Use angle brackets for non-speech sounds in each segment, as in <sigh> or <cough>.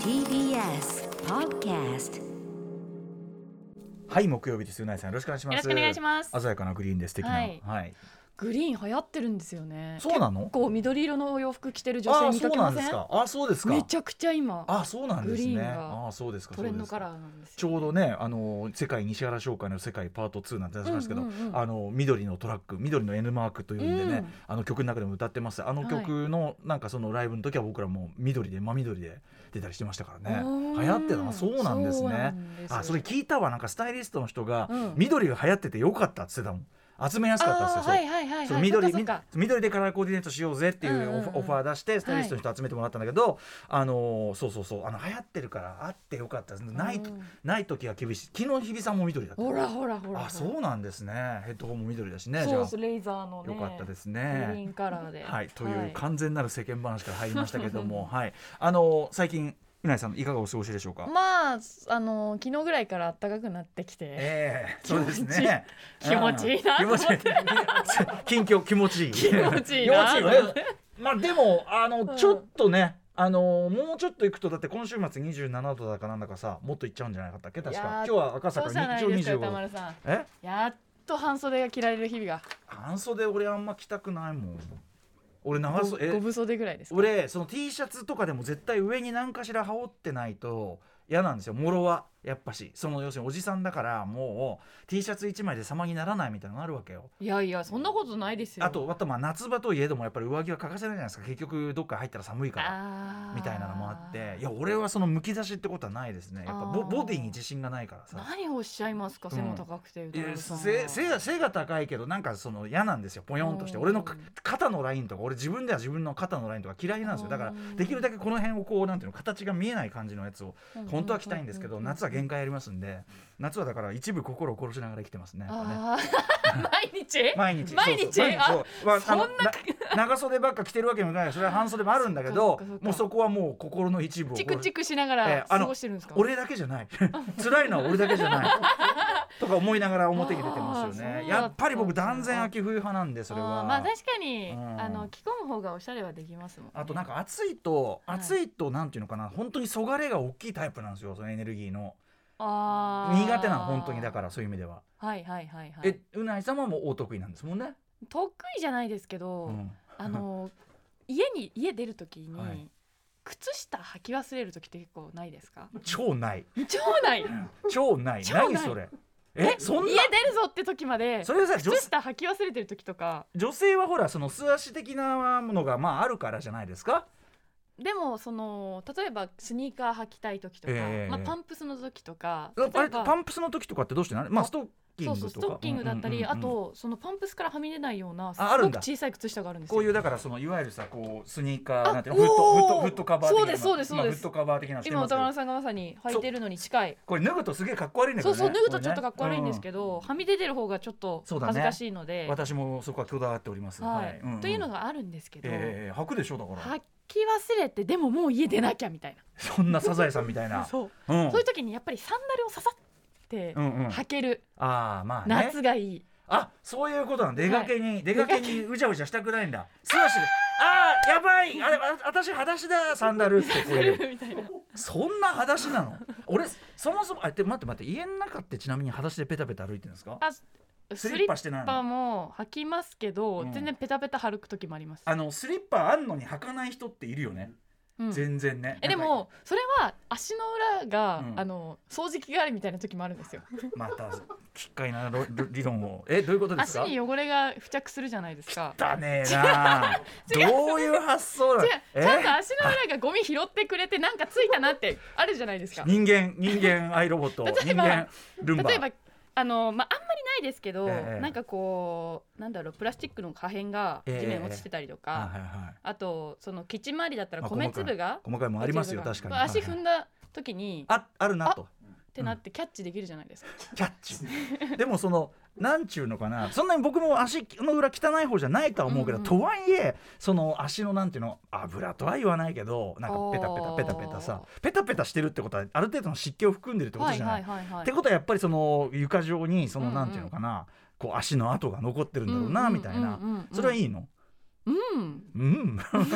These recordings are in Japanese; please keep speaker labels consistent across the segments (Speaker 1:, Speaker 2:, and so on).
Speaker 1: TBS Podcast
Speaker 2: はい木曜日ですうなえさんよろしくお願いします
Speaker 3: よろしくお願いします
Speaker 2: 鮮やかなグリーンです的なは
Speaker 3: はいい、グリーン流行ってるんですよね。
Speaker 2: そうなの
Speaker 3: 結構緑色のお洋服着てる女
Speaker 2: あ
Speaker 3: 性
Speaker 2: あ
Speaker 3: 見
Speaker 2: そ
Speaker 3: か
Speaker 2: う
Speaker 3: け
Speaker 2: な
Speaker 3: ま
Speaker 2: ん
Speaker 3: せ
Speaker 2: です
Speaker 3: ん。
Speaker 2: かああそうですか
Speaker 3: めちゃくちゃ今
Speaker 2: ああそうなんです
Speaker 3: グリ
Speaker 2: ね
Speaker 3: ーンが
Speaker 2: ああそうですか
Speaker 3: トレンドカラ
Speaker 2: そうで
Speaker 3: ーな
Speaker 2: すか
Speaker 3: んです
Speaker 2: ち
Speaker 3: よ。
Speaker 2: ょうどねあの世界西原商会の世界パート2なんて出しましたけど、
Speaker 3: うんうんうん
Speaker 2: あの緑のトラック緑の N マークというんでね、
Speaker 3: うん
Speaker 2: あの曲の中でも歌ってますあの曲の、なんかそのライブの時は僕らもう緑で真緑で出たりしてましたからね
Speaker 3: うん
Speaker 2: 流行ってたなそうなんです
Speaker 3: そうな
Speaker 2: ね
Speaker 3: んですよ
Speaker 2: あそれ聞いたわなんかスタイリストの人が、
Speaker 3: うん
Speaker 2: 緑が流行っててよかったっつってたもん集めやすかったっつって
Speaker 3: あー
Speaker 2: そう
Speaker 3: はいはいはい
Speaker 2: そ
Speaker 3: は
Speaker 2: の
Speaker 3: い。
Speaker 2: 緑
Speaker 3: そっか
Speaker 2: み緑でカラーコーディネートしようぜっていうオフ,、
Speaker 3: うんうんうん
Speaker 2: オファー出してスタイリストの人集めてもらったんだけど、あのーそうそうそうあの流行ってるからあってよかったですない,、
Speaker 3: うん
Speaker 2: ない時が厳しい昨日日比さんも緑だった
Speaker 3: そっかほらほらほらほら。
Speaker 2: あそうなんですねヘッドホンも緑だしねじ
Speaker 3: そ
Speaker 2: ゃ
Speaker 3: う
Speaker 2: あ
Speaker 3: ですレイザーのね。
Speaker 2: よかったです
Speaker 3: グリー
Speaker 2: ね
Speaker 3: ンカラーで。
Speaker 2: はいという完全なる世間話から入りましたけれど
Speaker 3: <laughs>
Speaker 2: もはいあのー最近うないさんいかがお過ごしでしょうか、
Speaker 3: まああの昨日ぐらいから暖かくなってきて。
Speaker 2: ええそうですね。
Speaker 3: 気持ちいいな
Speaker 2: うん気持ちいい。近況気持ちいい。気
Speaker 3: 持ちいいな
Speaker 2: まあでもあ
Speaker 3: う
Speaker 2: の
Speaker 3: ん
Speaker 2: ちょっとね、あのもうちょっと行くとだって今週末27度だかなんだかさもっと行っちゃうんじゃないかったっけ確
Speaker 3: いや
Speaker 2: か。今
Speaker 3: ー
Speaker 2: 日は赤
Speaker 3: そ
Speaker 2: 坂
Speaker 3: うじゃな
Speaker 2: 日
Speaker 3: い
Speaker 2: 曜
Speaker 3: ですか
Speaker 2: 25
Speaker 3: 歌
Speaker 2: 度。
Speaker 3: 丸さん。
Speaker 2: え？
Speaker 3: やっと半袖が着られる日々が
Speaker 2: 半袖俺あんま着たくないもん。俺長
Speaker 3: ご
Speaker 2: 袖え
Speaker 3: ご無袖ぐらいですか。
Speaker 2: 俺その T シャツとかでも絶対上に何かしら羽織ってないと嫌なんですよもろはやっぱしその要するにおじさんだからもう T シャツ1枚で様にならないみたいなのがあるわけよ
Speaker 3: いやいやそんなことないですよ。
Speaker 2: あとあとまあ夏場といえどもやっぱり上着は欠かせないじゃないですか結局どっか入ったら寒いから
Speaker 3: あー
Speaker 2: みたいなのもあっていや俺はそのむき出しってことはないですねやっぱボ
Speaker 3: あー
Speaker 2: ボディに自信がないからさ。
Speaker 3: 何をおっしゃいますか背も高くて、
Speaker 2: い
Speaker 3: 歌
Speaker 2: や
Speaker 3: 丸さんは
Speaker 2: 背背が背が高いけどなんかその嫌なんですよぽよんとして
Speaker 3: うん
Speaker 2: 俺のか肩のラインとか俺自分では自分の肩のラインとか嫌いなんですよだから
Speaker 3: うん
Speaker 2: できるだけこの辺をこうなんていうの形が見えない感じのやつを本当は着たいんですけど夏は限界ありますんで夏はだから一部心を殺しながら生きてますねやっぱね
Speaker 3: あー <laughs> 毎日
Speaker 2: <laughs> 毎日
Speaker 3: 毎日
Speaker 2: そうそう毎
Speaker 3: あ
Speaker 2: そうまあ
Speaker 3: そんな
Speaker 2: あのな <laughs> 長袖ばっか着てるわけもないそれは半袖もあるんだけ
Speaker 3: そっ
Speaker 2: ど
Speaker 3: かそっか
Speaker 2: もうそこはもう心の一部を
Speaker 3: チクチ
Speaker 2: ク
Speaker 3: クしなが
Speaker 2: ええ
Speaker 3: ら
Speaker 2: あの
Speaker 3: 過ごしてるんですか、
Speaker 2: 俺だけじゃない <laughs> 辛いのは俺だけじゃ
Speaker 3: <laughs>
Speaker 2: ないとか思いながら表に出てますよ
Speaker 3: あーそうだった
Speaker 2: ね
Speaker 3: んだ
Speaker 2: やっぱり僕断然秋冬派なんでそれ
Speaker 3: あ
Speaker 2: は
Speaker 3: ーまあ確かに、
Speaker 2: うん
Speaker 3: あの着込む方がおしゃれはできますもん、ね、
Speaker 2: あとなんか暑いと
Speaker 3: はい
Speaker 2: 暑いとなんていうのかな本当にそがれが大きいタイプなんですよそのエネルギーの
Speaker 3: あー
Speaker 2: 苦手なの本当にだからそういう意味では
Speaker 3: はいはいはいはい
Speaker 2: えうないさんはもうお得意なんですもんね
Speaker 3: 得意じゃないですけど、
Speaker 2: うん
Speaker 3: あの家に家出るときに、
Speaker 2: はい
Speaker 3: 靴下履き忘れるときって結構ないですか
Speaker 2: 超ない <laughs>
Speaker 3: 町内
Speaker 2: 超ない
Speaker 3: 超ない
Speaker 2: 何それえそんな
Speaker 3: 家出るぞって時まで
Speaker 2: それさ女
Speaker 3: 靴下履き忘れてる時とか
Speaker 2: 女性はほらその素足的なものがまああるからじゃないですか
Speaker 3: でもその例えばスニーカー履きたい時とか、
Speaker 2: ええ
Speaker 3: まあ、パンプスの時とか例
Speaker 2: あ
Speaker 3: え
Speaker 2: れ
Speaker 3: ば
Speaker 2: パンプスの時とかってどうしてなのまあストッキン
Speaker 3: そう
Speaker 2: グ
Speaker 3: そ
Speaker 2: と
Speaker 3: うス
Speaker 2: か
Speaker 3: トッキングだったり、
Speaker 2: うんうんうん
Speaker 3: あ
Speaker 2: うん
Speaker 3: とそのパンプスからはみ出ないようなす
Speaker 2: あある
Speaker 3: ご
Speaker 2: ん
Speaker 3: く
Speaker 2: だ
Speaker 3: 小さい靴下があるんですよ。
Speaker 2: こういうだからそのいわゆるさこうスニーカー
Speaker 3: あ
Speaker 2: なんていうのフット
Speaker 3: お
Speaker 2: フ
Speaker 3: ー
Speaker 2: ットフットカバー的な
Speaker 3: そうですそうです
Speaker 2: まあ
Speaker 3: そうで
Speaker 2: フッ
Speaker 3: す
Speaker 2: トカバー的なのして
Speaker 3: 今
Speaker 2: ますけ
Speaker 3: 歌
Speaker 2: ど
Speaker 3: 丸さんがまさに履いてるのに近い
Speaker 2: これ脱ぐとすげえかっこ悪いんだけ
Speaker 3: そ
Speaker 2: ど
Speaker 3: う
Speaker 2: ね
Speaker 3: そう脱ぐと
Speaker 2: これね
Speaker 3: ちょっとかっこ悪いんですけど、はみ出てる方がちょっと
Speaker 2: そうだね
Speaker 3: 恥ずかしいので、
Speaker 2: うん私もそこは許可あっております
Speaker 3: はい
Speaker 2: んん
Speaker 3: というのがあるんですけど、
Speaker 2: ええ履くでしょだから
Speaker 3: 履き忘れてでももう家出なきゃみたい
Speaker 2: そんなサザエさんみたい
Speaker 3: な <laughs>
Speaker 2: な
Speaker 3: そう、
Speaker 2: うん
Speaker 3: そういう時にやっぱりサンダルをささって
Speaker 2: うんうん
Speaker 3: 履ける、
Speaker 2: ああまあね
Speaker 3: 夏がいい。
Speaker 2: あそういうことなんだ出かけに、出かけにうじゃうじゃしたくないんだ素足であーやばいあれあ私裸足だサンダルってこういう
Speaker 3: みたい <laughs> な
Speaker 2: そんな裸足なの俺そもそもあで待って待って家の中ってちなみに裸足でペタペタ歩いてるんですか
Speaker 3: あ
Speaker 2: ス
Speaker 3: ス
Speaker 2: リ
Speaker 3: リ
Speaker 2: ッ
Speaker 3: ッ
Speaker 2: パしてない
Speaker 3: パ
Speaker 2: の
Speaker 3: も履きますけど、
Speaker 2: うん
Speaker 3: 全然ペタペタ歩く時もあります。
Speaker 2: あのスリッパあんのに履かない人っているよね、
Speaker 3: うん
Speaker 2: 全然ね
Speaker 3: えで
Speaker 2: なんか
Speaker 3: もそれは足の裏が、
Speaker 2: うん
Speaker 3: あの掃除機代わりみたいな時もあるんですよ。
Speaker 2: また奇怪なろろ理論をえどういうことです
Speaker 3: 足
Speaker 2: か
Speaker 3: に汚れが付着するじゃないですか。
Speaker 2: だね
Speaker 3: <laughs>
Speaker 2: えなどういう発想なの
Speaker 3: 違うちゃんと足の裏がゴミ拾ってくれてなんかついたなってあるじゃないですか。例
Speaker 2: 人間人間アイロボット
Speaker 3: 例
Speaker 2: 人
Speaker 3: えば
Speaker 2: 間ルンバ
Speaker 3: えばあのまああんまりないですけど、
Speaker 2: ええ
Speaker 3: なんかこうなんだろうプラスチックの破片が地面に落ちてたりと
Speaker 2: あ
Speaker 3: か、
Speaker 2: はいはい
Speaker 3: あとそのキッチン周りだったら
Speaker 2: まあ
Speaker 3: 米粒が
Speaker 2: 細かいもんありますよ確かに、
Speaker 3: まあ足踏
Speaker 2: はい
Speaker 3: んだ時に
Speaker 2: ああるなと
Speaker 3: ってなってキャッチできるじゃないですか。
Speaker 2: キャッチでもそのなんちゅうのかなそんなに僕も足の裏汚い方じゃないとは思うけど、
Speaker 3: うんうん
Speaker 2: とはいえその足のなんていうの油とは言わないけどなんかペタペタ
Speaker 3: おー
Speaker 2: ペタペタさペタペタしてるってことはある程度の湿気を含んでるってことじゃない、
Speaker 3: はいはいは
Speaker 2: ってことはやっぱりその床上にその
Speaker 3: うんうん
Speaker 2: なんていうのかな、こう足の跡が残ってるんだろうなみたいな、それはい
Speaker 3: い
Speaker 2: いの
Speaker 3: うん
Speaker 2: うん、 <laughs> うん、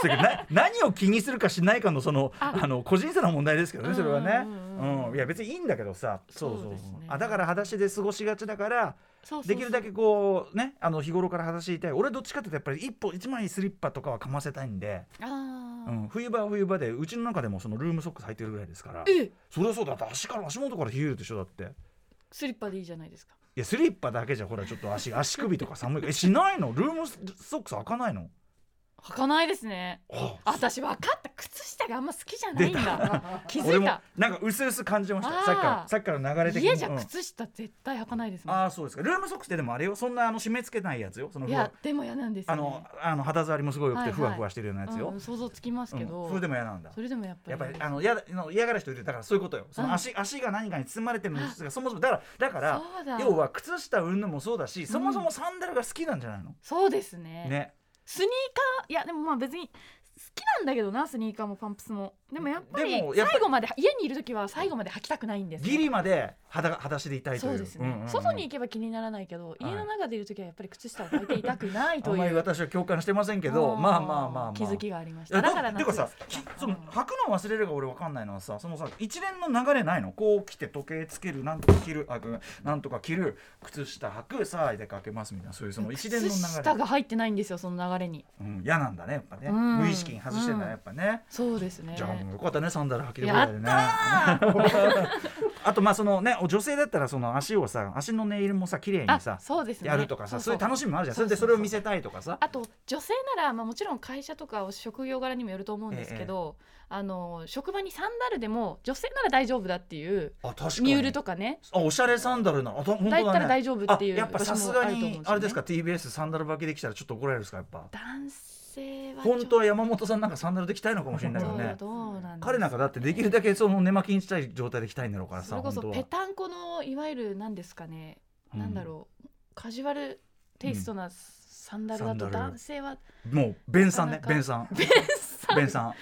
Speaker 2: それからな何を気にするかしないかのそのあの個人差の問題ですけどねそれはね、
Speaker 3: う
Speaker 2: うん
Speaker 3: うん
Speaker 2: ん
Speaker 3: うん
Speaker 2: いや別にいいんだけどさそうそう
Speaker 3: そ
Speaker 2: そうう
Speaker 3: ですね
Speaker 2: あだから裸足で過ごしがちだから
Speaker 3: そうそうそう
Speaker 2: できるだけこうねあの日頃から裸足でいたい俺どっちかっていうとやっぱり一歩一枚スリッパとかはかませたいんで、
Speaker 3: あ
Speaker 2: う
Speaker 3: ー、
Speaker 2: ん、冬場は冬場でうちの中でもそのルームソックス履いてるぐらいですから
Speaker 3: え
Speaker 2: それはそうだだって足から足元から冷えるでしょだってい
Speaker 3: スリッパでいいじゃないですか
Speaker 2: やスリッパだけじゃほらちょっと
Speaker 3: <laughs>
Speaker 2: 足足首とか寒いからえしないのルームソックス開かないの
Speaker 3: 履かないですね
Speaker 2: ああ
Speaker 3: 私分かった靴下があんま好きじゃないんだ気づ
Speaker 2: 俺
Speaker 3: い
Speaker 2: も
Speaker 3: た
Speaker 2: なんか薄々感じまし
Speaker 3: あー
Speaker 2: たさっきからさっきから流れて
Speaker 3: 家じゃ
Speaker 2: うん
Speaker 3: 靴下絶対履かないですもん
Speaker 2: ああそうですかルームソックスってでもあれよそんなあの締め付けないやつよその
Speaker 3: い
Speaker 2: ふわ
Speaker 3: やでも嫌なんです
Speaker 2: あ
Speaker 3: よ、
Speaker 2: の
Speaker 3: ね、
Speaker 2: あの肌触りもすごい良く
Speaker 3: はい
Speaker 2: て
Speaker 3: はい
Speaker 2: ふわふわしてるようなやつよ、
Speaker 3: うん想像つきますけど、
Speaker 2: うんそれでも嫌なんだ
Speaker 3: それでもやっぱり
Speaker 2: やっぱりあの嫌だの嫌がる人いるだからそういうことよその足,、足が何かに包まれてるのがそもそもだからだから
Speaker 3: そうだ
Speaker 2: 要は靴下うんぬんもそうだしそもそもサンダルが好きなんじゃないの、
Speaker 3: そうですね
Speaker 2: ね
Speaker 3: スニーカーいやでもまあ別に好きなんだけどなスニーカーもパンプスもでもやっぱり
Speaker 2: でもやっぱり
Speaker 3: 最後まで家にいる時は最後まで履きたくないんですね、
Speaker 2: ギリまで裸裸足でいたいとい
Speaker 3: そううですね、
Speaker 2: んんん
Speaker 3: 外に行けば気にならないけど、家の中でいる時はやっぱり靴下を履いていたくない
Speaker 2: あ
Speaker 3: とい
Speaker 2: ん
Speaker 3: う
Speaker 2: まり私は共感してませんけど
Speaker 3: ー
Speaker 2: まあまあまあまあ
Speaker 3: 気づきがありまし
Speaker 2: いや
Speaker 3: ただ
Speaker 2: だ
Speaker 3: から
Speaker 2: てかさ
Speaker 3: 夏が好きだ
Speaker 2: きその履くの忘れるが俺わかんないのはさそのさ一連の流れないのこう来て時計つけるなんとか着るあごめんなんとか着る靴下履くさあ出かけますみたいなそういうその一連の流れ
Speaker 3: 靴下が入ってないんですよその流れに
Speaker 2: うん、嫌なんだねやっぱね、
Speaker 3: うん
Speaker 2: 無意識に外してんだねやっぱね、
Speaker 3: そうですね
Speaker 2: じゃあもうよかったねサンダル履きででね <laughs> あとまあそのね女性だったらその足をさ足のネイルもさ綺麗にさ
Speaker 3: あそうですね
Speaker 2: やるとかさそういう楽
Speaker 3: し
Speaker 2: しみもあるじゃんそ
Speaker 3: そうそうそう
Speaker 2: れでそれを見せたいとかさ
Speaker 3: あと女性なら、まあ、もちろん会社とか職業柄にもよると思うんですけど、あの職場にサンダルでも女性なら大丈夫だっていう
Speaker 2: あ確かに
Speaker 3: ニュールとかね
Speaker 2: あおしゃれサンダルなのあと本当
Speaker 3: だ
Speaker 2: だ
Speaker 3: いたら
Speaker 2: ね
Speaker 3: 大丈夫っていう
Speaker 2: あやっぱさすがにあれですか
Speaker 3: 場
Speaker 2: TBS サンダル履きできたらちょっと怒られるんですかやっぱ
Speaker 3: 所もあると思うんですよね男性は
Speaker 2: 本当は山本さんなんかサンダルできたいのかもしれないよね
Speaker 3: どうどうなんです
Speaker 2: 彼なんかだってできるだけその寝巻きにしたい状態で着たいんだろうから
Speaker 3: そ
Speaker 2: さ
Speaker 3: れこそ
Speaker 2: 本当
Speaker 3: ペ
Speaker 2: は
Speaker 3: タンコのいわゆる何ですかね、
Speaker 2: うん
Speaker 3: なんだろうカジュアルテイストなサンダル
Speaker 2: サ
Speaker 3: だ
Speaker 2: ンダ
Speaker 3: と
Speaker 2: ル
Speaker 3: 男性は
Speaker 2: もう弁さんね
Speaker 3: なかなか
Speaker 2: 弁さん
Speaker 3: ベンさん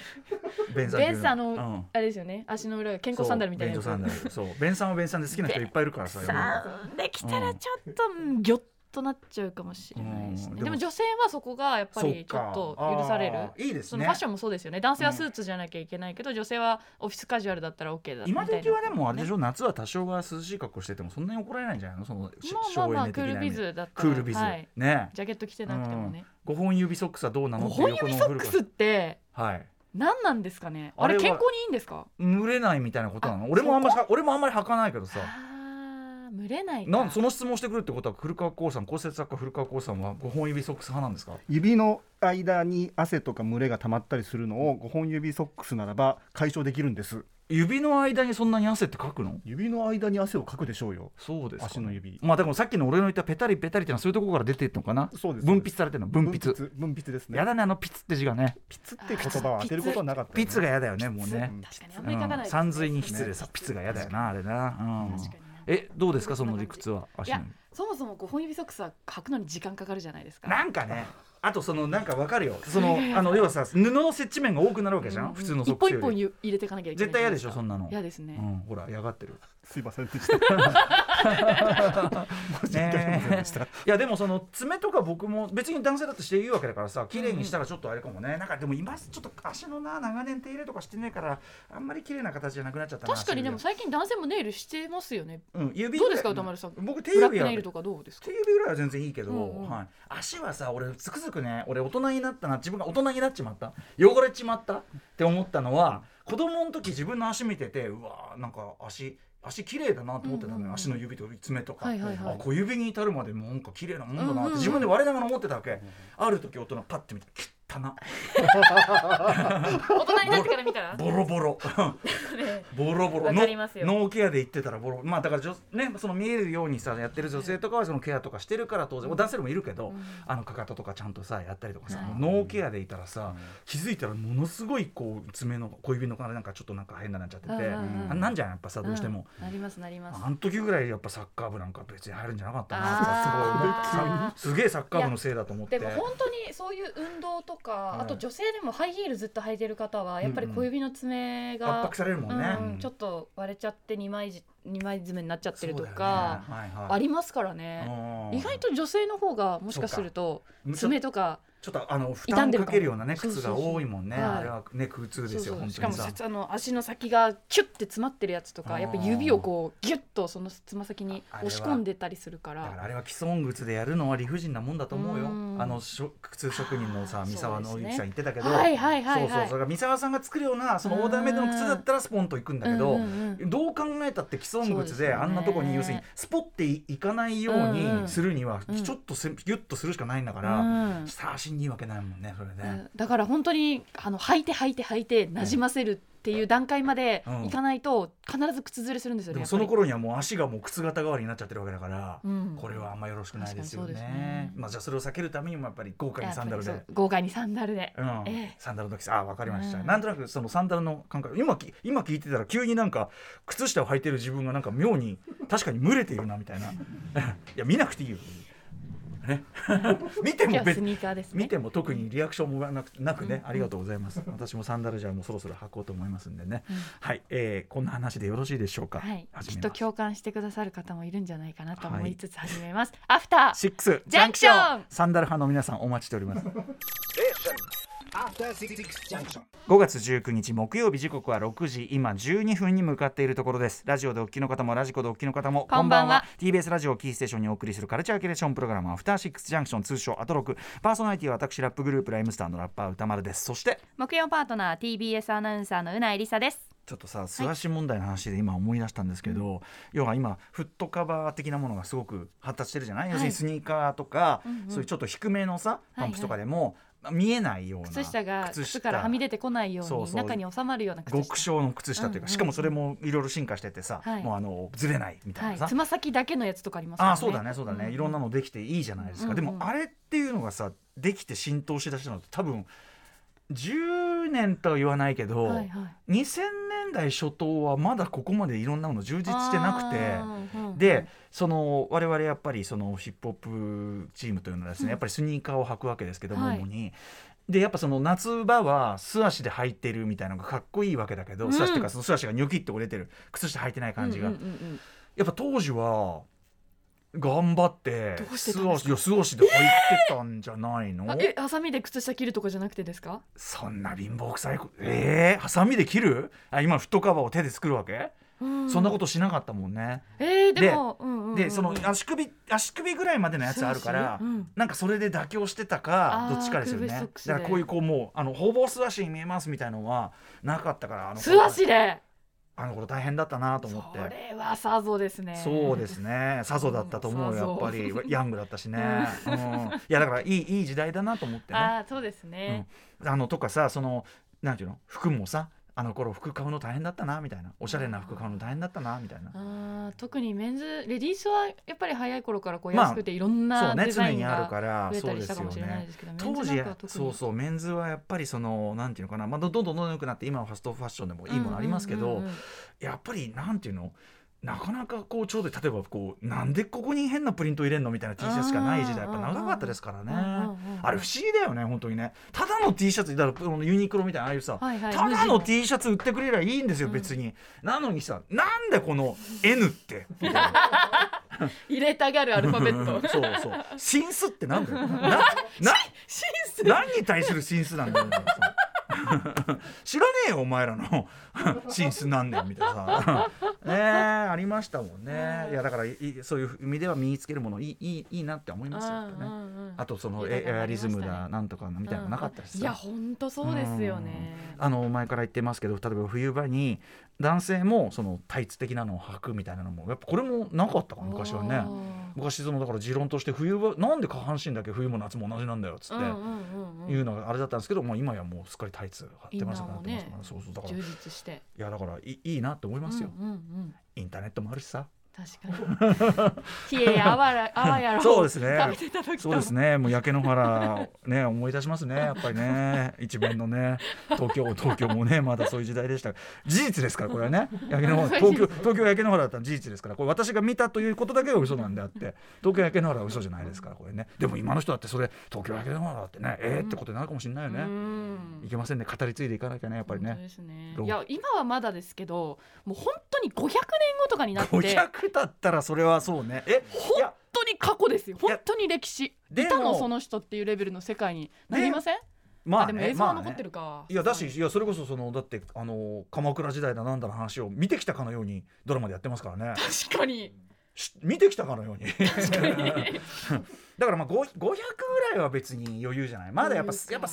Speaker 2: 弁
Speaker 3: <laughs>
Speaker 2: さん弁さんっていう
Speaker 3: ベンさんの
Speaker 2: うん
Speaker 3: あれですよね足の裏が健康サンダルみたいなやつ
Speaker 2: そう便所サンダルそう弁さんは弁さんで好きな人いっぱいいるからさ世の中
Speaker 3: さんできたらちょっとうんギョッとなっちゃうかもしれないですね、
Speaker 2: うん
Speaker 3: で
Speaker 2: でも
Speaker 3: も女性はそこがやっぱりちょっと
Speaker 2: そっか
Speaker 3: 許される
Speaker 2: あーいいです
Speaker 3: その
Speaker 2: ね
Speaker 3: ファッションもそうですよね男性はスーツじゃなきゃいけないけど、女性はオフィスカジュアルだったら OK だみたいな
Speaker 2: 今時はでもあれでしょ夏は多少は涼しい格好しててもそんなに怒られないんじゃないのそのし
Speaker 3: まあ
Speaker 2: 省
Speaker 3: まあま
Speaker 2: エ
Speaker 3: あ
Speaker 2: ネ
Speaker 3: ク
Speaker 2: 的な
Speaker 3: ールビ
Speaker 2: 意味で
Speaker 3: ズだった
Speaker 2: ク
Speaker 3: ら
Speaker 2: ールビズ
Speaker 3: はい、
Speaker 2: ね
Speaker 3: ジャケット着てなくてもね、
Speaker 2: 五本指ソックスはどうなの
Speaker 3: 五
Speaker 2: ってい
Speaker 3: 本
Speaker 2: うこの
Speaker 3: 指ソ
Speaker 2: 古
Speaker 3: ック
Speaker 2: 川
Speaker 3: スって
Speaker 2: はい
Speaker 3: 何なんですかね
Speaker 2: あ
Speaker 3: あれ
Speaker 2: れは
Speaker 3: 健康にいいんですか
Speaker 2: 蒸れないみたいなことなの
Speaker 3: あ
Speaker 2: 俺もあんまり俺もあんまり履かないけどさ
Speaker 3: あー蒸れないか
Speaker 2: なんその質問してくるってことは古川光さん公設作家古川光さんは五本指ソックス派なんですか
Speaker 4: 指の間に汗とか蒸れが溜まったりするのを5本指ソックスならば解消できるんです
Speaker 2: 指の間にそんなに汗ってかくの
Speaker 4: 指の間に汗をかくでしょうよ
Speaker 2: そうですかね
Speaker 4: 足の指
Speaker 2: まあでもさっきの俺の言ったペタリペタリってのはそういうところから出てるのかな
Speaker 4: そうです
Speaker 2: 分泌されてるの分泌
Speaker 4: 分泌ですね
Speaker 2: やだねあのピツって字がね
Speaker 4: ピツって言葉を当てることはなかったよね
Speaker 2: ピツがやだよねもうね
Speaker 4: うん
Speaker 3: 確かにあんまり書かない
Speaker 2: うん
Speaker 3: ですね
Speaker 2: さんずいに筆でさピツがやだよなあれなうん
Speaker 3: 確かにな
Speaker 2: えどうですかその理屈は足
Speaker 3: い
Speaker 2: の
Speaker 3: やそもそも5本指ソックスは履くのに時間かかるじゃないですか
Speaker 2: なんかねあとそのなんかわかるよ
Speaker 3: <laughs>
Speaker 2: その
Speaker 3: いやいや
Speaker 2: あの要はさ布の接地面が多くなるわけじゃん普通のソ
Speaker 3: 一
Speaker 2: ック
Speaker 3: 本
Speaker 2: ス
Speaker 3: 一
Speaker 2: よ
Speaker 3: 本
Speaker 2: り
Speaker 3: ゆ入れていかなきゃいけない
Speaker 2: 絶対嫌でしょそんなの
Speaker 3: 嫌ですね、
Speaker 2: うんほら嫌がってる
Speaker 4: すいませんで <laughs> した申し訳ありませんでした
Speaker 2: いやでもその爪とか僕も別に男性だってしていいわけだからさ綺麗にしたらちょっとあれかもね、なんかでも今ちょっと足のな長年手入れとかしてねえからあんまり綺麗な形じゃなくなっちゃったな
Speaker 3: 確かにでも
Speaker 2: 足
Speaker 3: 最近男性もネイルしてますよね
Speaker 2: 指うん、指
Speaker 3: どうですか歌丸さん
Speaker 2: 僕手
Speaker 3: ブラッ
Speaker 2: 指
Speaker 3: ク
Speaker 2: や
Speaker 3: ネイルとかどうですか
Speaker 2: 手指ぐらいは全然いいけど、
Speaker 3: うんうん
Speaker 2: はい、足はさ俺つくづくね俺大人になったな自分が大人になっちまった汚れちまったって思ったのは子供の時自分の足見ててうわーなんか足足綺麗だなと思ってたのよ、
Speaker 3: うんうんうん
Speaker 2: 足の指と爪とか、
Speaker 3: はいはいはい
Speaker 2: あ小指に至るまでもなんか綺麗なもんだなって、
Speaker 3: うんうんうん
Speaker 2: 自分で我ながら思ってたわけ、ある時大人パッて見たら汚な
Speaker 3: 大人になってから見た
Speaker 2: <laughs>
Speaker 3: ら
Speaker 2: ボロボ
Speaker 3: <laughs>
Speaker 2: ロ
Speaker 3: ね
Speaker 2: ボロボロ
Speaker 3: わ
Speaker 2: の
Speaker 3: かりますよ
Speaker 2: ノーケアで言ってたらボロまあだから女ねその見えるようにさやってる女性とかはそのケアとかしてるから当然、男性でもいるけど、
Speaker 3: うん
Speaker 2: あのかかととかちゃんとさやったりとかさ、
Speaker 3: はい
Speaker 2: ノーケアでいたらさ、気づいたらものすごいこう爪の小指の感じなんかちょっとなんか変ななっちゃってて、
Speaker 3: うんうんうん
Speaker 2: あなんじゃんやっぱさどうしても、
Speaker 3: んなりますなります
Speaker 2: あん時ぐらいやっぱサッカー部なんか別に入るんじゃなかったな
Speaker 3: あー
Speaker 2: すごい俺 <laughs> すげえサッカー部のせいだと思って
Speaker 3: でも本当にそういう運動とか、
Speaker 2: うん
Speaker 3: あと女性でもハイヒールずっと履いてる方はやっぱり小指の爪が、
Speaker 2: 圧迫されるもんね、
Speaker 3: うんね、
Speaker 2: うん
Speaker 3: ちょっと割れちゃって二枚じ二枚詰めになっちゃってると
Speaker 2: そうだよね
Speaker 3: か、
Speaker 2: はいはい
Speaker 3: ありますからね、
Speaker 2: うん
Speaker 3: 意外と女性の方がもしかすると
Speaker 2: ちょ
Speaker 3: 爪とか
Speaker 2: ちょっとあの負
Speaker 3: 傷ん
Speaker 2: 担
Speaker 3: でる
Speaker 2: か
Speaker 3: かも
Speaker 2: けるようなね
Speaker 3: そうそ
Speaker 2: 靴
Speaker 3: うそう
Speaker 2: が多いもんね
Speaker 3: はい
Speaker 2: あれはね空痛ですよ
Speaker 3: そうそう
Speaker 2: 本
Speaker 3: し
Speaker 2: 当
Speaker 3: か
Speaker 2: に
Speaker 3: も
Speaker 2: さ
Speaker 3: あの足の先がキュッて詰まってるやつと
Speaker 2: あ
Speaker 3: か
Speaker 2: ー
Speaker 3: やっぱ指をこうギュッとそのつま先に
Speaker 2: ああれは
Speaker 3: 押し込んでたりするか
Speaker 2: だから
Speaker 3: ら
Speaker 2: あれは既存靴でやるのは理不尽なもんだと思うよ
Speaker 3: うん
Speaker 2: あのしょ靴職人の
Speaker 3: あ
Speaker 2: さ
Speaker 3: ー
Speaker 2: 三沢
Speaker 3: そうで
Speaker 2: 直
Speaker 3: すね
Speaker 2: 之さん言ってたけど
Speaker 3: はいはい
Speaker 2: そ
Speaker 3: は
Speaker 2: う
Speaker 3: い
Speaker 2: そ
Speaker 3: は
Speaker 2: う
Speaker 3: い
Speaker 2: そうだから三沢さんが作るようなそのオーダーメイドの靴だったらスポンと行くんだけど、
Speaker 3: うんうんうん
Speaker 2: どう考えたって既存
Speaker 3: そうで
Speaker 2: 靴
Speaker 3: すよ
Speaker 2: で
Speaker 3: ね
Speaker 2: あんなとこに要するにスポっていかないよう
Speaker 3: うんう
Speaker 2: に
Speaker 3: ん
Speaker 2: するには
Speaker 3: うん
Speaker 2: ちょっとせギュッとするしかないんだから、
Speaker 3: うん
Speaker 2: さあしんにいいわけないもんねそれで、
Speaker 3: うんだから本当にあの履いて履いて履いてなじませるっていう段階まで
Speaker 2: うん
Speaker 3: いかないと必ず靴ずれするんですよ
Speaker 2: で
Speaker 3: ね。
Speaker 2: もその
Speaker 3: やっぱ
Speaker 2: 頃にはもう足がもう靴型代わりになっちゃってるわけだから、
Speaker 3: りうん
Speaker 2: これはあんまよろしくないですよね
Speaker 3: 確かにそうですね
Speaker 2: まあじゃあそれを避けるためにもやっぱり豪華に
Speaker 3: やっ
Speaker 2: サ
Speaker 3: ぱ
Speaker 2: ン
Speaker 3: り
Speaker 2: ダルで
Speaker 3: そう豪快にサンダルで。
Speaker 2: うん
Speaker 3: ええ
Speaker 2: サンダルの時さあ分かりました、
Speaker 3: うん
Speaker 2: なんとなくそのサンダルの感覚今き今聞いてたら急になんか靴下を履いてる自分がなんか妙に確かに群れているなみたいな <laughs> いや見なくていいよ、ね、 <laughs> 見て
Speaker 3: 今
Speaker 2: も
Speaker 3: 日は
Speaker 2: 別
Speaker 3: ス
Speaker 2: に
Speaker 3: ニーカーですね。
Speaker 2: 見ても特にリアクションもなくなくね、
Speaker 3: うん
Speaker 2: ありがとうございます私もサンダルじゃもうそろそろ履こうと思いますんでね、
Speaker 3: うん
Speaker 2: はい、えーこんな話でよろしいでしょうか、
Speaker 3: はい、
Speaker 2: 始
Speaker 3: きっ
Speaker 2: め
Speaker 3: と
Speaker 2: ます
Speaker 3: 共感してくださる方もいるんじゃないかなと思
Speaker 2: はい
Speaker 3: いつつ始めます。アフター
Speaker 2: シックス
Speaker 3: ジャンクション
Speaker 2: サンダル派の皆さんお待ちしております5月19日木曜日時刻は6時今12分に向かっているところですラジオでお聞きの方もラジコでお聞きの方も
Speaker 3: こんばんは
Speaker 2: TBS ラジオキーステーションにお送りするカルチャーキュレーションプログラムアフターシックスジャンクション通称アトロクパーソナリティは私ラップグループライムスターのラッパー歌丸ですそして
Speaker 3: 木曜パートナー TBS アナウンサーのうなえりさです。
Speaker 2: ちょっとさ素足問題の話で今思い出したんですけど、要は今フットカバー的なものがすごく発達してるじゃない、
Speaker 3: い
Speaker 2: 要するにスニーカーとか、
Speaker 3: うんうん
Speaker 2: そういうちょっと低めのさパンプスとかでも、見えないような
Speaker 3: 靴下が
Speaker 2: 靴
Speaker 3: 靴からはみ出てこないように
Speaker 2: そうそう
Speaker 3: 中に収まるような靴
Speaker 2: 極
Speaker 3: 下。
Speaker 2: 小の靴下とい
Speaker 3: う
Speaker 2: うか、
Speaker 3: んうん
Speaker 2: しかもそれもいろいろ進化しててさ、
Speaker 3: はい
Speaker 2: もうあのずれないみたい
Speaker 3: は、
Speaker 2: ないさ、
Speaker 3: つま先だけのやつとかありますから
Speaker 2: あ
Speaker 3: ね。
Speaker 2: あそうだねそうだね、いろんなのできていいじゃないですか、
Speaker 3: うんうん
Speaker 2: でもあれっていうのがさできて浸透しだしたのって多分10年とは言わないけど、
Speaker 3: はいはい、
Speaker 2: 2000年代初頭はまだここまでいろんなもの充実してなくて。
Speaker 3: あー
Speaker 2: で、その我々やっぱりそのヒップホップチームというのはですね、やっぱりスニーカーを履くわけですけども、
Speaker 3: はい
Speaker 2: 主に。でやっぱその夏場は素足で履いてるみたいなのがかっこいいわけだけど、
Speaker 3: うん
Speaker 2: 素足っていうかその素足がニョキって折れてる靴下履いてない感じが、
Speaker 3: うんうんうんうん
Speaker 2: やっぱ当時は頑張って
Speaker 3: どうしてたんですか
Speaker 2: 素足いや素足で履いてたんじゃないの、
Speaker 3: あえハサミで靴下切るとかじゃなくてですか
Speaker 2: そんな貧乏くさいこえー、ハサミで切るあ今フットカバーを手で作るわけ、そんなこととしなかったもんね。
Speaker 3: えー、でもうんうんうん
Speaker 2: でその足首足首ぐらいまでのやつあるから、
Speaker 3: そうですねうん
Speaker 2: なんかそれで妥協してた
Speaker 3: あ
Speaker 2: か
Speaker 3: ー
Speaker 2: どっちかですよね
Speaker 3: 首ソ
Speaker 2: だ
Speaker 3: ックスで
Speaker 2: からこういうこうもうあのほぼ素足に見えますみたいのはなかったからあの
Speaker 3: 素
Speaker 2: 頃
Speaker 3: 足で
Speaker 2: あの頃大変だったなと
Speaker 3: そ
Speaker 2: 思って
Speaker 3: れはさぞですね
Speaker 2: そうですねさぞだったと思うよやっぱりヤングだったしね、うん、いやだからいいいい時代だなと思ってね
Speaker 3: あーそうですね、
Speaker 2: あのとかさそのなんていうの服もさあの頃服買うの大変だったなみたいなおしゃれな服買うの大変だったなみたいな
Speaker 3: ああー特にメンズレディースはやっぱり早い頃からこう
Speaker 2: まあ
Speaker 3: 安くていろん
Speaker 2: そ
Speaker 3: な
Speaker 2: うね
Speaker 3: デザ
Speaker 2: 常
Speaker 3: イン
Speaker 2: にある
Speaker 3: が
Speaker 2: から
Speaker 3: 増え
Speaker 2: そ
Speaker 3: た
Speaker 2: う
Speaker 3: り
Speaker 2: で
Speaker 3: し
Speaker 2: す
Speaker 3: たか
Speaker 2: よ
Speaker 3: もしれない
Speaker 2: ね
Speaker 3: ですけど、
Speaker 2: 当
Speaker 3: メンズ
Speaker 2: 時
Speaker 3: なんかは特に
Speaker 2: そうそうメンズはやっぱりそのなんていうのかな、まあ、どんどんどんどん良くなって今はファストファッションでもいいものありますけど、
Speaker 3: うんうんうんうん
Speaker 2: やっぱりなんていうのなかなかこうちょうど例えばこうなんでここに変なプリント入れんのみたいな T シャツしかない時代やっぱ長かったですからね、
Speaker 3: うんうんうん
Speaker 2: あれ不思議だよね本当にねただの T シャツだからこのユニクロみたいなああいうさ、
Speaker 3: はいはい
Speaker 2: ただの
Speaker 3: 無地
Speaker 2: T シャツ売ってくれりゃいいんですよ
Speaker 3: うん
Speaker 2: 別に、なのにさなんでこの N ってみたいな
Speaker 3: 入れたがるアルファベット
Speaker 2: <laughs> そうそう。進出ってなんだ
Speaker 3: <laughs>
Speaker 2: よ。な、な、
Speaker 3: シンス
Speaker 2: 何に対する進出なんだよ。その知らねえよお前らの <laughs> 進出なんだよみたいなさねえありましたもんねいやだからいいそういう意味では身につけるものいいいいいいなって思いますよやっぱねあとその
Speaker 3: いや
Speaker 2: エ
Speaker 3: だから
Speaker 2: エアリズム
Speaker 3: ありました
Speaker 2: だ
Speaker 3: ね
Speaker 2: なんとかなみたいなのなかったし
Speaker 3: い
Speaker 2: さ
Speaker 3: や本当そうですよね
Speaker 2: あの前から言ってますけど例えば冬場に男性もそのタイツ的なのを履くみたいなのもやっぱこれもなかったから昔はね。昔そのだから持論として冬はなんで下半身だけ冬も夏も同じなんだよっつ
Speaker 3: あ
Speaker 2: っ
Speaker 3: ー
Speaker 2: て
Speaker 3: うんうんうんうん
Speaker 2: いうのがあれだったんですけど、まあ、今やもうすっかりタイツ貼ってますから
Speaker 3: インナーもね
Speaker 2: そうそうだからい
Speaker 3: 充実して
Speaker 2: やだからいいいなって思いますよ、
Speaker 3: うんうんうん
Speaker 2: インターネットもあるしさ
Speaker 3: 確かに
Speaker 2: <laughs>
Speaker 3: 冷えやあわらあわやろ
Speaker 2: そうですね
Speaker 3: 食べていただき
Speaker 2: そうです
Speaker 3: ね
Speaker 2: ね、もう焼け野原、ね、思い出しますね、やっぱりね、一面のね、東京、東京もね、まだそういう時代でした。事実ですから、これはね、焼け野原、東京、東京焼け野原だったら事実ですから、これ私が見たということだけが嘘なんであって。東京焼け野原は嘘じゃないですから、これね、でも今の人だって、それ、東京焼け野原だってね、えー、ってことになるかもしれないよ
Speaker 3: う
Speaker 2: ね。
Speaker 3: ん
Speaker 2: いけませんね、語り継いでいかなきゃね、やっぱり
Speaker 3: 本当
Speaker 2: ね。
Speaker 3: ですね
Speaker 2: ロー
Speaker 3: いや今はまだですけどもう本当に500年後とかになって
Speaker 2: 五
Speaker 3: 本
Speaker 2: 百だったら、それはそうね、え、いや、
Speaker 3: 当に過去ですよ
Speaker 2: いや
Speaker 3: 本当に歴史い
Speaker 2: でも
Speaker 3: たのその人っていうレベルの世界になりません、
Speaker 2: ま
Speaker 3: あ
Speaker 2: あ、
Speaker 3: で
Speaker 2: ね、
Speaker 3: も映像
Speaker 2: ま
Speaker 3: は
Speaker 2: あね
Speaker 3: 残ってるか、
Speaker 2: いやだしいやそれこそそのだってあの鎌倉時代だなんだの話を見てきたかのようにドラマでやってますからね
Speaker 3: 確かに
Speaker 2: し見てきたかのよう
Speaker 3: <laughs>
Speaker 2: に
Speaker 3: 確かに
Speaker 2: だからまあご500ぐらいは別に余裕じゃないまだやっぱ
Speaker 3: 余裕か
Speaker 2: やっぱ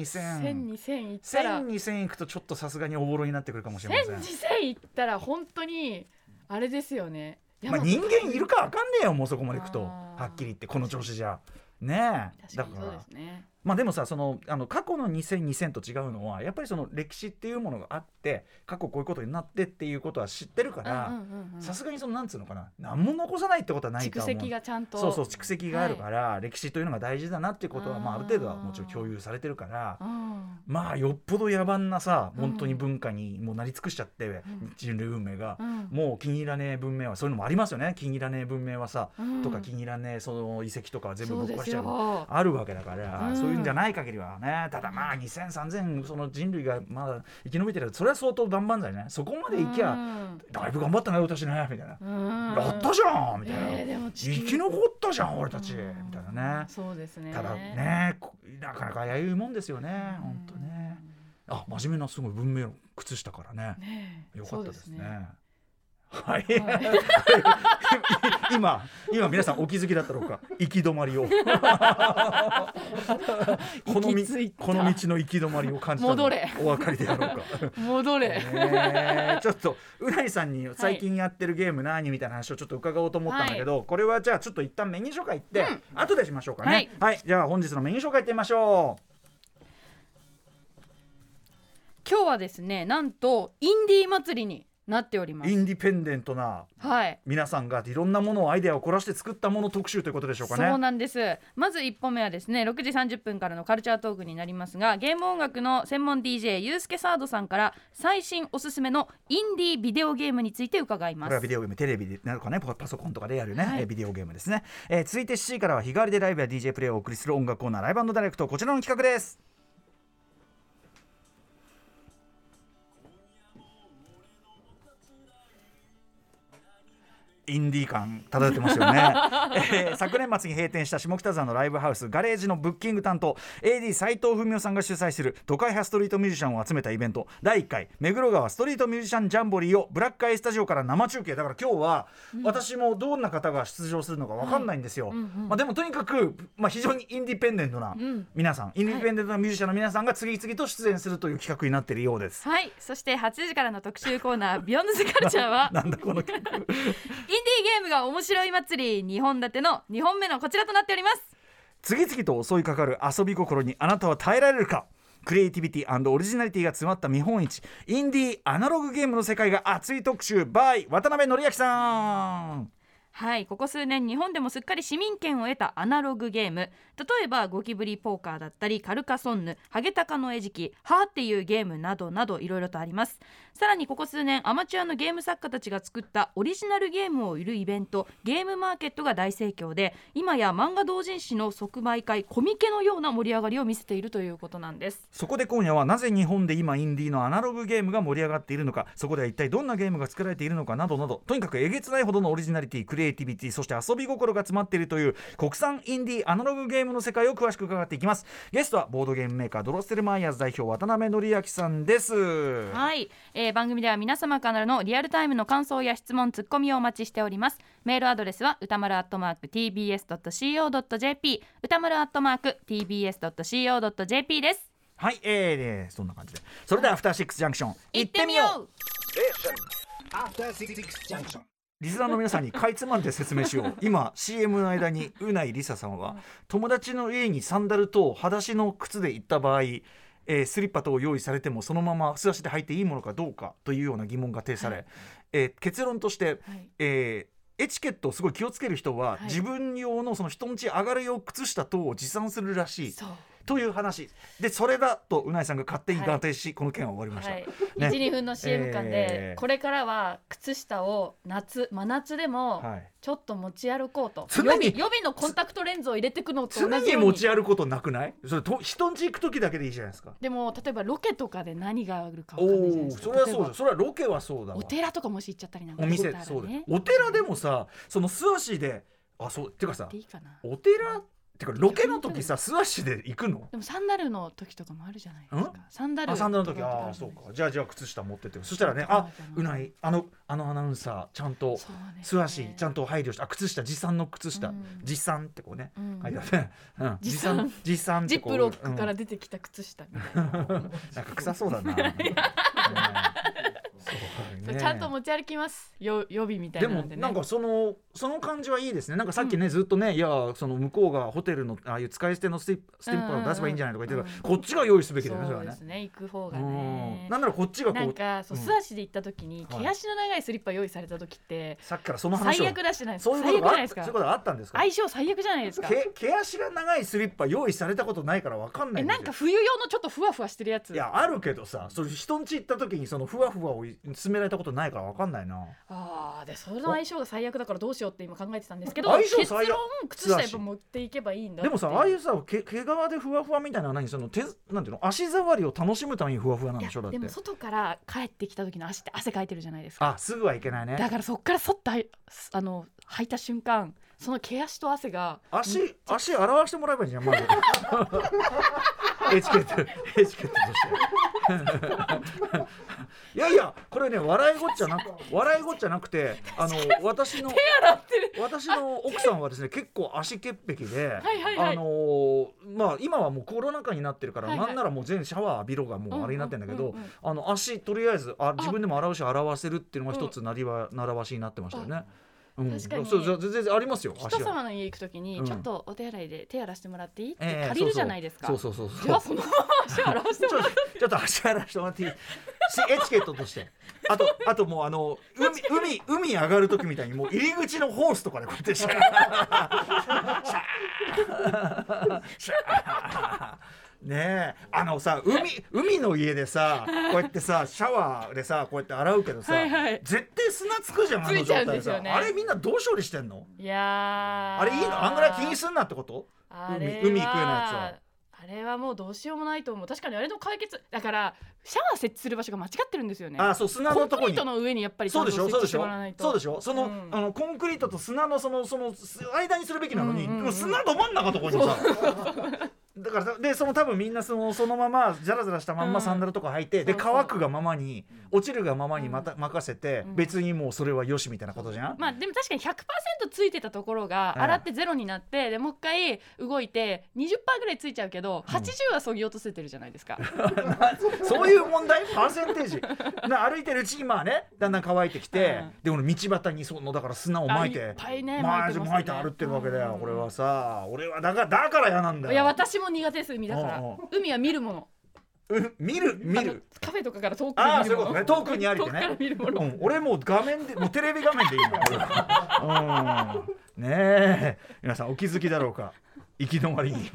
Speaker 2: 10002000
Speaker 3: 10002000いったら
Speaker 2: 1000 2000いくとちょっとさすがにおぼろになってくるかもしれません
Speaker 3: 10002000いったら本当にあれですよねいや
Speaker 2: まあ
Speaker 3: もう
Speaker 2: 人間いるかあかんねえよもうそこまでいくと
Speaker 3: あー
Speaker 2: はっきり言ってこの調子じゃね
Speaker 3: 確
Speaker 2: えだ
Speaker 3: かに
Speaker 2: か
Speaker 3: そうで
Speaker 2: ら
Speaker 3: すね
Speaker 2: まあでもさそのあの過去の2000、2000と違うのはやっぱりその歴史っていうものがあって過去こういうことになってっていうことは知ってるから、
Speaker 3: うんうんうんうん
Speaker 2: さすがにそのなんつうのかな何も残さないってことはない
Speaker 3: 蓄
Speaker 2: とは思う
Speaker 3: 積がちゃんと
Speaker 2: そうそう蓄積があるから、歴史というのが大事だなっていうことはまあ、あ
Speaker 3: あー
Speaker 2: る程度はもちろん共有されてるから
Speaker 3: うん
Speaker 2: まあよっぽど野蛮なさ本当に
Speaker 3: うん
Speaker 2: 文化にもうなり尽くしちゃって、
Speaker 3: ん
Speaker 2: 人類運命が
Speaker 3: う、ん
Speaker 2: もう気に入らねえ文明はそういうのもありますよね気に入らねえ文明はさ、
Speaker 3: うん
Speaker 2: とか気に入らねえその遺跡とかは全部ぶっ壊しちゃう
Speaker 3: そう
Speaker 2: あるわけだから、
Speaker 3: うん
Speaker 2: そういうんじゃない限りはねただまあ20003000その人類がまだ生き延びてるそれは相当万々歳ねそこまで
Speaker 3: ですよ
Speaker 2: いきゃ、
Speaker 3: うん
Speaker 2: だいぶ頑張ったね私ねみたいな。
Speaker 3: うん
Speaker 2: やったじゃんみたいな、
Speaker 3: えーでも地球
Speaker 2: 生き残ったじゃん俺たちみ
Speaker 3: うん
Speaker 2: たいなね
Speaker 3: そうですね
Speaker 2: ただねこなかなか危ういもんですよね本当ねあ真面目なすごい文明の靴下からね
Speaker 3: ねえ
Speaker 2: よかったですねはい、
Speaker 3: そうですね
Speaker 2: <laughs> 今今皆さんお気づきだったろうか行き止
Speaker 3: <laughs>
Speaker 2: まりをこの
Speaker 3: 行
Speaker 2: み
Speaker 3: き着いた
Speaker 2: この道の行き止まりを感じたの
Speaker 3: 戻れ
Speaker 2: お分かりであろうか
Speaker 3: 戻れ
Speaker 2: ねえ
Speaker 3: <laughs>
Speaker 2: ちょっとうなりさんに最近やってるゲーム何みたいな話をちょっと伺おうと思ったんだけど、これはじゃあちょっと一旦メニュー紹介行って、後でしましょうかねは
Speaker 3: はいい、
Speaker 2: じゃあ本日のメニュー紹介行ってみましょ
Speaker 3: 今日はですねなんとインディー祭りになっておりま
Speaker 2: うイ
Speaker 3: す
Speaker 2: ンディペンデントな
Speaker 3: はい
Speaker 2: 皆さんがいろんなものをアイデアを凝らして作ったもの特集ということでしょうかね
Speaker 3: そうなんですまず1本目はですね6時30分からのカルチャートークになりますがゲーム音楽の専門 DJ ユースケサードさんから最新おすすめのインディービデオゲームについて伺い
Speaker 2: こ
Speaker 3: ま
Speaker 2: れは
Speaker 3: す
Speaker 2: ビデオゲームテレビでなるかねパパソコンとかでやるね、
Speaker 3: はい
Speaker 2: えービデオゲームですね、えー続いて7時からは日替わりでライブや DJ プレイをお送りする音楽コーナーライブダイレクトこちらの企画ですインディー感漂ってますよね、 <laughs> えー昨年末に閉店した下北沢のライブハウスガレージのブッキング担当 AD 斉藤文夫さんが主催する都会派ストリートミュージシャンを集めたイベント第1回目黒川ストリートミュージシャンジャンボリーをブラックアイスタジオから生中継だから今日は私もどんな方が出場するのか分かんないんですよ、まあ、でもとにかく、まあ、非常にインディペンデントな皆さん、インディペンデントなミュージシャンの皆さんが次々と出演するという企画になっているようです。
Speaker 3: はいそして8時からの特集コーナー <laughs> 「ビヨンドズカルチャーは」
Speaker 2: なんだこの企画
Speaker 3: インディーゲームが面白い祭り2本立ての2本目のこちらとなっております
Speaker 2: 次々と襲いかかる遊び心にあなたは耐えられるかクリエイティビティオリジナリティが詰まった見本市インディーアナログゲームの世界が熱い特集 by 渡辺則明さん
Speaker 3: はいここ数年日本でもすっかり市民権を得たアナログゲーム例えばゴキブリポーカーだったりカルカソンヌハゲタカの餌食ハーっていうゲームなどなどいろいろとありますさらにここ数年アマチュアのゲーム作家たちが作ったオリジナルゲームを売るイベントゲームマーケットが大盛況で今や漫画同人誌の即売会コミケのような盛り上がりを見せているということなんです
Speaker 2: そこで今夜はなぜ日本で今インディーのアナログゲームが盛り上がっているのかそこでは一体どんなゲームが作られているのかなどなどとにかくえげつないほどのオリジナリティクリエイティビティそして遊び心が詰まっているという国産インディーアナログゲームの世界を詳しく伺っていきますゲストはボードゲームメーカードロッセルマイヤーズ代表渡辺則明さんです
Speaker 3: はい、えー番組では皆様からのリアルタイムの感想や質問ツッコミをお待ちしておりますメールアドレスは歌丸アットマーク tbs.co.jp 歌丸アットマーク tbs.co.jp です
Speaker 2: はい、えーえー、そんな感じで。それでは、アフターシックスジャンクション、行ってみよう
Speaker 3: う
Speaker 2: リスナーの皆さんにかいつまんで説明し <laughs> よう。今、CM の間に、うないりささんは、友達の家にサンダルと裸足の靴で行った場合、えースリッパ等を用意されてもそのまま素足で履いていいものかどうかというような疑問が呈され、えー結論として、
Speaker 3: はい
Speaker 2: えーエチケットをすごい気をつける人は、
Speaker 5: はい
Speaker 2: 自分用のその人んち上がる用靴下等を持参するらしい
Speaker 5: そう
Speaker 2: という話でそれだとうないさんが勝手に断定し、この件は終わりました、
Speaker 3: はい、
Speaker 2: ね
Speaker 3: 12分の CM 間
Speaker 2: えー
Speaker 3: でこれからは靴下を夏真夏でも
Speaker 2: はい
Speaker 3: ちょっと持ち歩こうと、
Speaker 2: 常
Speaker 3: 予備
Speaker 2: に
Speaker 3: 予備のコンタクトレンズを入れてくのと同
Speaker 2: 常
Speaker 3: じ
Speaker 2: に
Speaker 3: よう
Speaker 2: 持
Speaker 3: に
Speaker 2: ち歩くことなくないそれと人んち行く時だけでいいじゃないですか
Speaker 3: でも例えばロケとかで何があるかわ
Speaker 2: お
Speaker 3: かんないじゃないで
Speaker 2: お
Speaker 3: すか
Speaker 2: それはそう
Speaker 3: 例え
Speaker 2: だ
Speaker 3: ば
Speaker 2: それはロケはそうだわ
Speaker 3: お寺とかもし行っちゃったりなんか
Speaker 2: お店
Speaker 3: したら
Speaker 2: そうだ
Speaker 3: ね
Speaker 2: お寺でもさその素足であそうてかさ
Speaker 3: でいいかな
Speaker 2: お寺ってかロケの時さ素足で行くの
Speaker 3: でもサンダルの時とかもあるじゃないですか
Speaker 2: ん
Speaker 3: サンダル
Speaker 2: あサンダルの
Speaker 3: と
Speaker 2: 時
Speaker 3: か
Speaker 2: あ
Speaker 3: あ
Speaker 2: あ
Speaker 3: るじ
Speaker 2: そ
Speaker 3: ゃ
Speaker 2: う
Speaker 3: ないです
Speaker 2: かじゃあじゃあ靴下持ってってそしたらねあうないいあのあのアナウンサーちゃんと
Speaker 3: そうね
Speaker 2: 素足ちゃんと配慮してあ靴下持参の靴下
Speaker 3: うん
Speaker 2: 持参ってこうね
Speaker 3: うん
Speaker 2: 書いてあるねうん
Speaker 3: 持参
Speaker 2: 持参って
Speaker 3: ジ
Speaker 2: こ
Speaker 3: ッ
Speaker 2: う
Speaker 3: プロックか
Speaker 2: う
Speaker 3: ら
Speaker 2: ん
Speaker 3: 出てきた靴下みたい
Speaker 2: <laughs> なんか臭そう
Speaker 3: <laughs>
Speaker 2: だなうん
Speaker 3: な、
Speaker 2: そうね
Speaker 3: ちゃんと持ち歩きますよ予備みたい
Speaker 2: で
Speaker 3: なの
Speaker 2: も
Speaker 3: で、ね、
Speaker 2: なんかそのその感じはいいですねなんかさっきね、ずっとねいやその向こうがホテルのああいう使い捨てのスティップスティッパーを出せばいいんじゃないとか言ってるから、こっちが用意すべきだよねそ
Speaker 3: そ
Speaker 2: れは
Speaker 3: うで
Speaker 2: ね
Speaker 3: すね行く方が
Speaker 2: うん
Speaker 3: ね
Speaker 2: なんならこっちがこ
Speaker 3: なん
Speaker 2: う
Speaker 3: かそう
Speaker 2: うん
Speaker 3: 素足で行った時に
Speaker 2: はい
Speaker 3: 毛足の長いスリッパ用意された時って
Speaker 2: さっきからその話を
Speaker 3: 最悪だしじゃないです
Speaker 2: そ
Speaker 3: か
Speaker 2: ういうこ
Speaker 3: 最
Speaker 2: と
Speaker 3: 悪じゃな
Speaker 2: があっ
Speaker 3: いです
Speaker 2: そうい
Speaker 3: か
Speaker 2: うことがあったんですか
Speaker 3: 相性最悪じゃないですか
Speaker 2: け毛足が長いスリッパ用意されたことないからわかんな
Speaker 3: え
Speaker 2: いんで
Speaker 3: な
Speaker 2: す
Speaker 3: ん
Speaker 2: よ
Speaker 3: か冬用のちょっとふわふわしてるやつ
Speaker 2: いやあるけどさそれ人んち行った時にそのふわふわを勧められたことないからわかんないな
Speaker 3: ああでそれの相性が最悪だからどうしようって今考えてたんですけど
Speaker 2: 相性
Speaker 3: 結
Speaker 2: 最悪
Speaker 3: 論靴下やっぱ持っていけばいいんだ
Speaker 2: でもさああいう
Speaker 3: さ
Speaker 2: さ毛毛皮でふわふわみたいなのは何その手なんていうの足触りを楽しむためにふわふわなんでしょだっ
Speaker 3: で
Speaker 2: て
Speaker 3: も外から帰ってきた時の足って汗かいてるじゃないですか
Speaker 2: あすぐはいけないね
Speaker 3: だからそっからそっとあいあの履いた瞬間その毛足と汗が
Speaker 2: 足足洗わしてもらえばいいじゃんまず <laughs> エチケットエチケットと <laughs> していやいやこれね笑いごっちゃなく笑いごっちゃなくてあの私の私の奥さんはですね結構足潔癖で、
Speaker 3: はいはいはい
Speaker 2: あのーまあ今はもうコロナ禍になってるから、
Speaker 3: はいはい
Speaker 2: なんならもう全シャワー浴びろがもうあれになってんだけ
Speaker 3: うん
Speaker 2: ど、
Speaker 3: うんうんうん
Speaker 2: あの足とりあえずあ自分でも洗うし洗わせるっていうのが一つなりわ、習わしになってましたよね。うん、
Speaker 3: 確かに
Speaker 2: そうそう全然ありますよ。足
Speaker 3: 人
Speaker 2: は
Speaker 3: 様の家行く時
Speaker 2: う
Speaker 3: に
Speaker 2: ん
Speaker 3: ちょっとお手洗いで手洗してもらっていいっ
Speaker 2: え
Speaker 3: て
Speaker 2: え
Speaker 3: 借りるじゃないですか
Speaker 2: そうそうそうそ
Speaker 3: じ
Speaker 2: う
Speaker 3: ゃ
Speaker 2: そう
Speaker 3: あそのまま足洗わせて
Speaker 2: ち
Speaker 3: も
Speaker 2: ょ
Speaker 3: ら
Speaker 2: っ
Speaker 3: っ
Speaker 2: とちょっと足洗わしてもらっていいしエチケットとしてあとあともうあの海海海上がる時みたいにもう入り口のホースとかでこうやってシャーシャーねえあのさ海海の家でさこうやってさシャワーでさこうやって洗うけどさ、
Speaker 3: はいはい
Speaker 2: 絶対砂つくじゃんあの状態
Speaker 3: ついちゃうん
Speaker 2: で
Speaker 3: です
Speaker 2: さ
Speaker 3: よね
Speaker 2: あれみんなどう処理してんの
Speaker 3: いやー
Speaker 2: あれいいのあんぐらい気にすんなってこと
Speaker 3: あ
Speaker 2: 海
Speaker 3: れは
Speaker 2: 海行くようなやつは
Speaker 3: あれはもうどうしようもないと思う確かにあれの解決だからシャワー設置する場所が間違ってるんですよね
Speaker 2: あそう砂
Speaker 3: コ
Speaker 2: の
Speaker 3: ンク
Speaker 2: とこ
Speaker 3: リ
Speaker 2: に
Speaker 3: ートの上にやっぱりち
Speaker 2: そ
Speaker 3: ゃ
Speaker 2: うん
Speaker 3: と
Speaker 2: でし
Speaker 3: 設
Speaker 2: ょそうで
Speaker 3: 置し
Speaker 2: して
Speaker 3: もらわ
Speaker 2: ょ
Speaker 3: ないと
Speaker 2: そうでしょその,、
Speaker 3: うん
Speaker 2: あのコンクリートと砂のそのそのす間にするべきなのに、
Speaker 3: うんうんうん
Speaker 2: でも砂ど真ん中とこにさだからさでその多分みんなそのそのままザラザラしたまんま
Speaker 3: うん
Speaker 2: サンダルとか履いて、で
Speaker 3: そうそう
Speaker 2: 乾くがままに落ちるがままにまた任せて、
Speaker 3: うん
Speaker 2: 別にもうそれはよしみたいなことじゃん、
Speaker 3: まあでも確かに100%ついてたところが
Speaker 2: ええ
Speaker 3: 洗ってゼロになってでもう一回動いて20%ぐらいついちゃうけど
Speaker 2: ん
Speaker 3: 80はそぎ落とせてるじゃないですか、
Speaker 2: そういう問題パーセンテージな歩いてるうちにまあねだんだん乾いてきて、でこの道端にそのだから砂をまいて
Speaker 3: あいっぱいね
Speaker 2: まあ
Speaker 3: 撒いてますね
Speaker 2: 撒いて歩ってるわけだよ、
Speaker 3: うん
Speaker 2: これはさ俺はだからだから嫌なんだよ
Speaker 3: いや私も苦手です海だから
Speaker 2: うんうん
Speaker 3: 海は見るもの
Speaker 2: うん見る見
Speaker 3: あの
Speaker 2: る
Speaker 3: カフェとかから遠くに
Speaker 2: ああ
Speaker 3: 見
Speaker 2: そうい
Speaker 3: るも
Speaker 2: うこ
Speaker 3: の
Speaker 2: とね遠くにありて
Speaker 3: 遠くから
Speaker 2: ね、
Speaker 3: 見るもの、
Speaker 2: うん、俺もう画面でもうテレビ画面でいいの、うん、ねえ皆さんお気づきだろうか行き止
Speaker 3: <laughs>
Speaker 2: まりに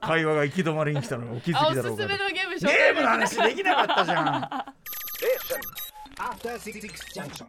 Speaker 2: 会話が行き止まりに来たのがお気づ
Speaker 3: あお
Speaker 2: き
Speaker 3: す
Speaker 2: だ
Speaker 3: す
Speaker 2: ろうか
Speaker 3: めのゲーム紹
Speaker 2: ゲ
Speaker 3: 介
Speaker 2: ームの話できなかったじゃん
Speaker 6: After Six Junction.